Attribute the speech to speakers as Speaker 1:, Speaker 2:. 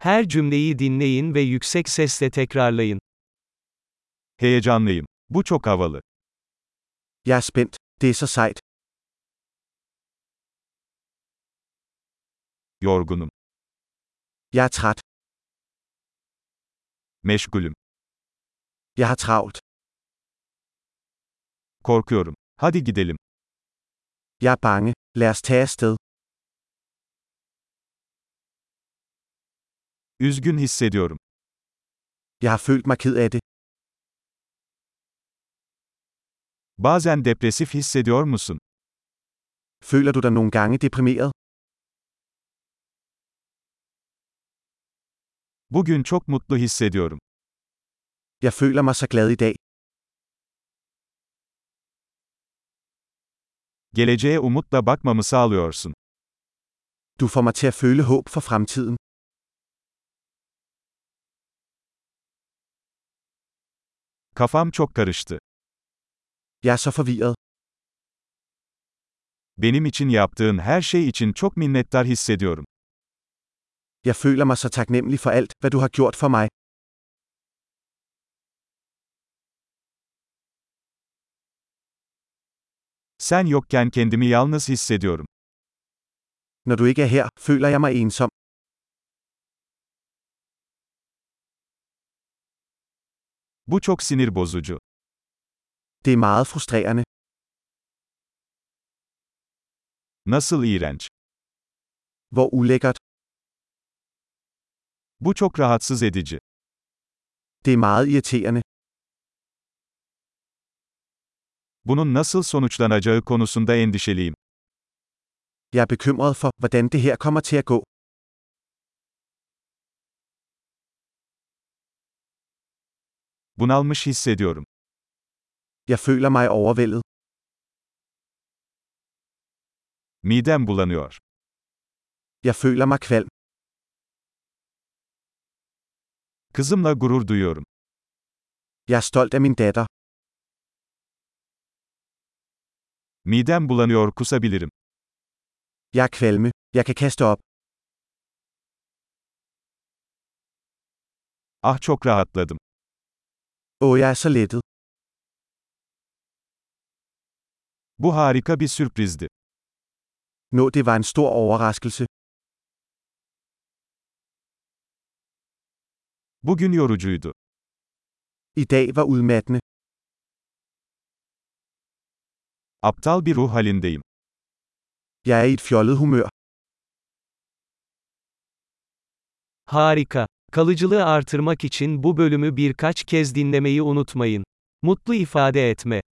Speaker 1: Her cümleyi dinleyin ve yüksek sesle tekrarlayın.
Speaker 2: Heyecanlıyım. Bu çok havalı.
Speaker 3: Jeg er spændt. Det er så sejt.
Speaker 2: Yorgunum.
Speaker 3: Jeg er træt.
Speaker 2: Meşgulüm.
Speaker 3: Jeg har travlt.
Speaker 2: Korkuyorum. Hadi gidelim.
Speaker 3: Jeg er bange. Lad os tage afsted.
Speaker 2: Üzgün hissediyorum.
Speaker 3: Jeg har følt mig ked af det.
Speaker 2: Bazen depresif hissediyor musun?
Speaker 3: Føler du dig nogle gange deprimeret?
Speaker 2: Bugün çok mutlu hissediyorum.
Speaker 3: Jeg føler mig så glad i dag.
Speaker 2: Geleceğe umutla bakmamı sağlıyorsun.
Speaker 3: Du får mig til at føle håb for fremtiden.
Speaker 2: Kafam çok karıştı.
Speaker 3: Jeg er så forvirret.
Speaker 2: Benim için yaptığın her şey için çok minnettar hissediyorum.
Speaker 3: Jeg føler mig så taknemmelig for alt, hvad du har gjort for mig.
Speaker 2: Sen yokken kendimi yalnız hissediyorum.
Speaker 3: Når du ikke er her, føler jeg mig ensom.
Speaker 2: Bu çok sinir bozucu.
Speaker 3: Det er meget frustrerende.
Speaker 2: Nasıl iğrenç.
Speaker 3: Hvor ulækkert.
Speaker 2: Bu çok rahatsız edici.
Speaker 3: Det er meget irriterende.
Speaker 2: Bunun nasıl sonuçlanacağı konusunda endişeliyim.
Speaker 3: Jeg er bekymret for, hvordan det her kommer til at gå.
Speaker 2: Bunalmış hissediyorum.
Speaker 3: Jeg føler mig overvældet.
Speaker 2: Midem bulanıyor.
Speaker 3: Jeg føler mig kvalm.
Speaker 2: Kızımla gurur duyuyorum.
Speaker 3: Jeg er stolt af min datter.
Speaker 2: Midem bulanıyor kusabilirim.
Speaker 3: Jeg er kvalme. Jeg kan kaste op.
Speaker 2: Ah çok rahatladım.
Speaker 3: Åh, jeg er så lettet.
Speaker 2: Bu harika bir sürprizdi.
Speaker 3: Nå, det var en stor overraskelse.
Speaker 2: Bugün yorucuydu.
Speaker 3: I dag var udmattende.
Speaker 2: Aptal bir ruh halindeyim.
Speaker 3: Jeg er i et fjollet humør.
Speaker 1: Harika. Kalıcılığı artırmak için bu bölümü birkaç kez dinlemeyi unutmayın. Mutlu ifade etme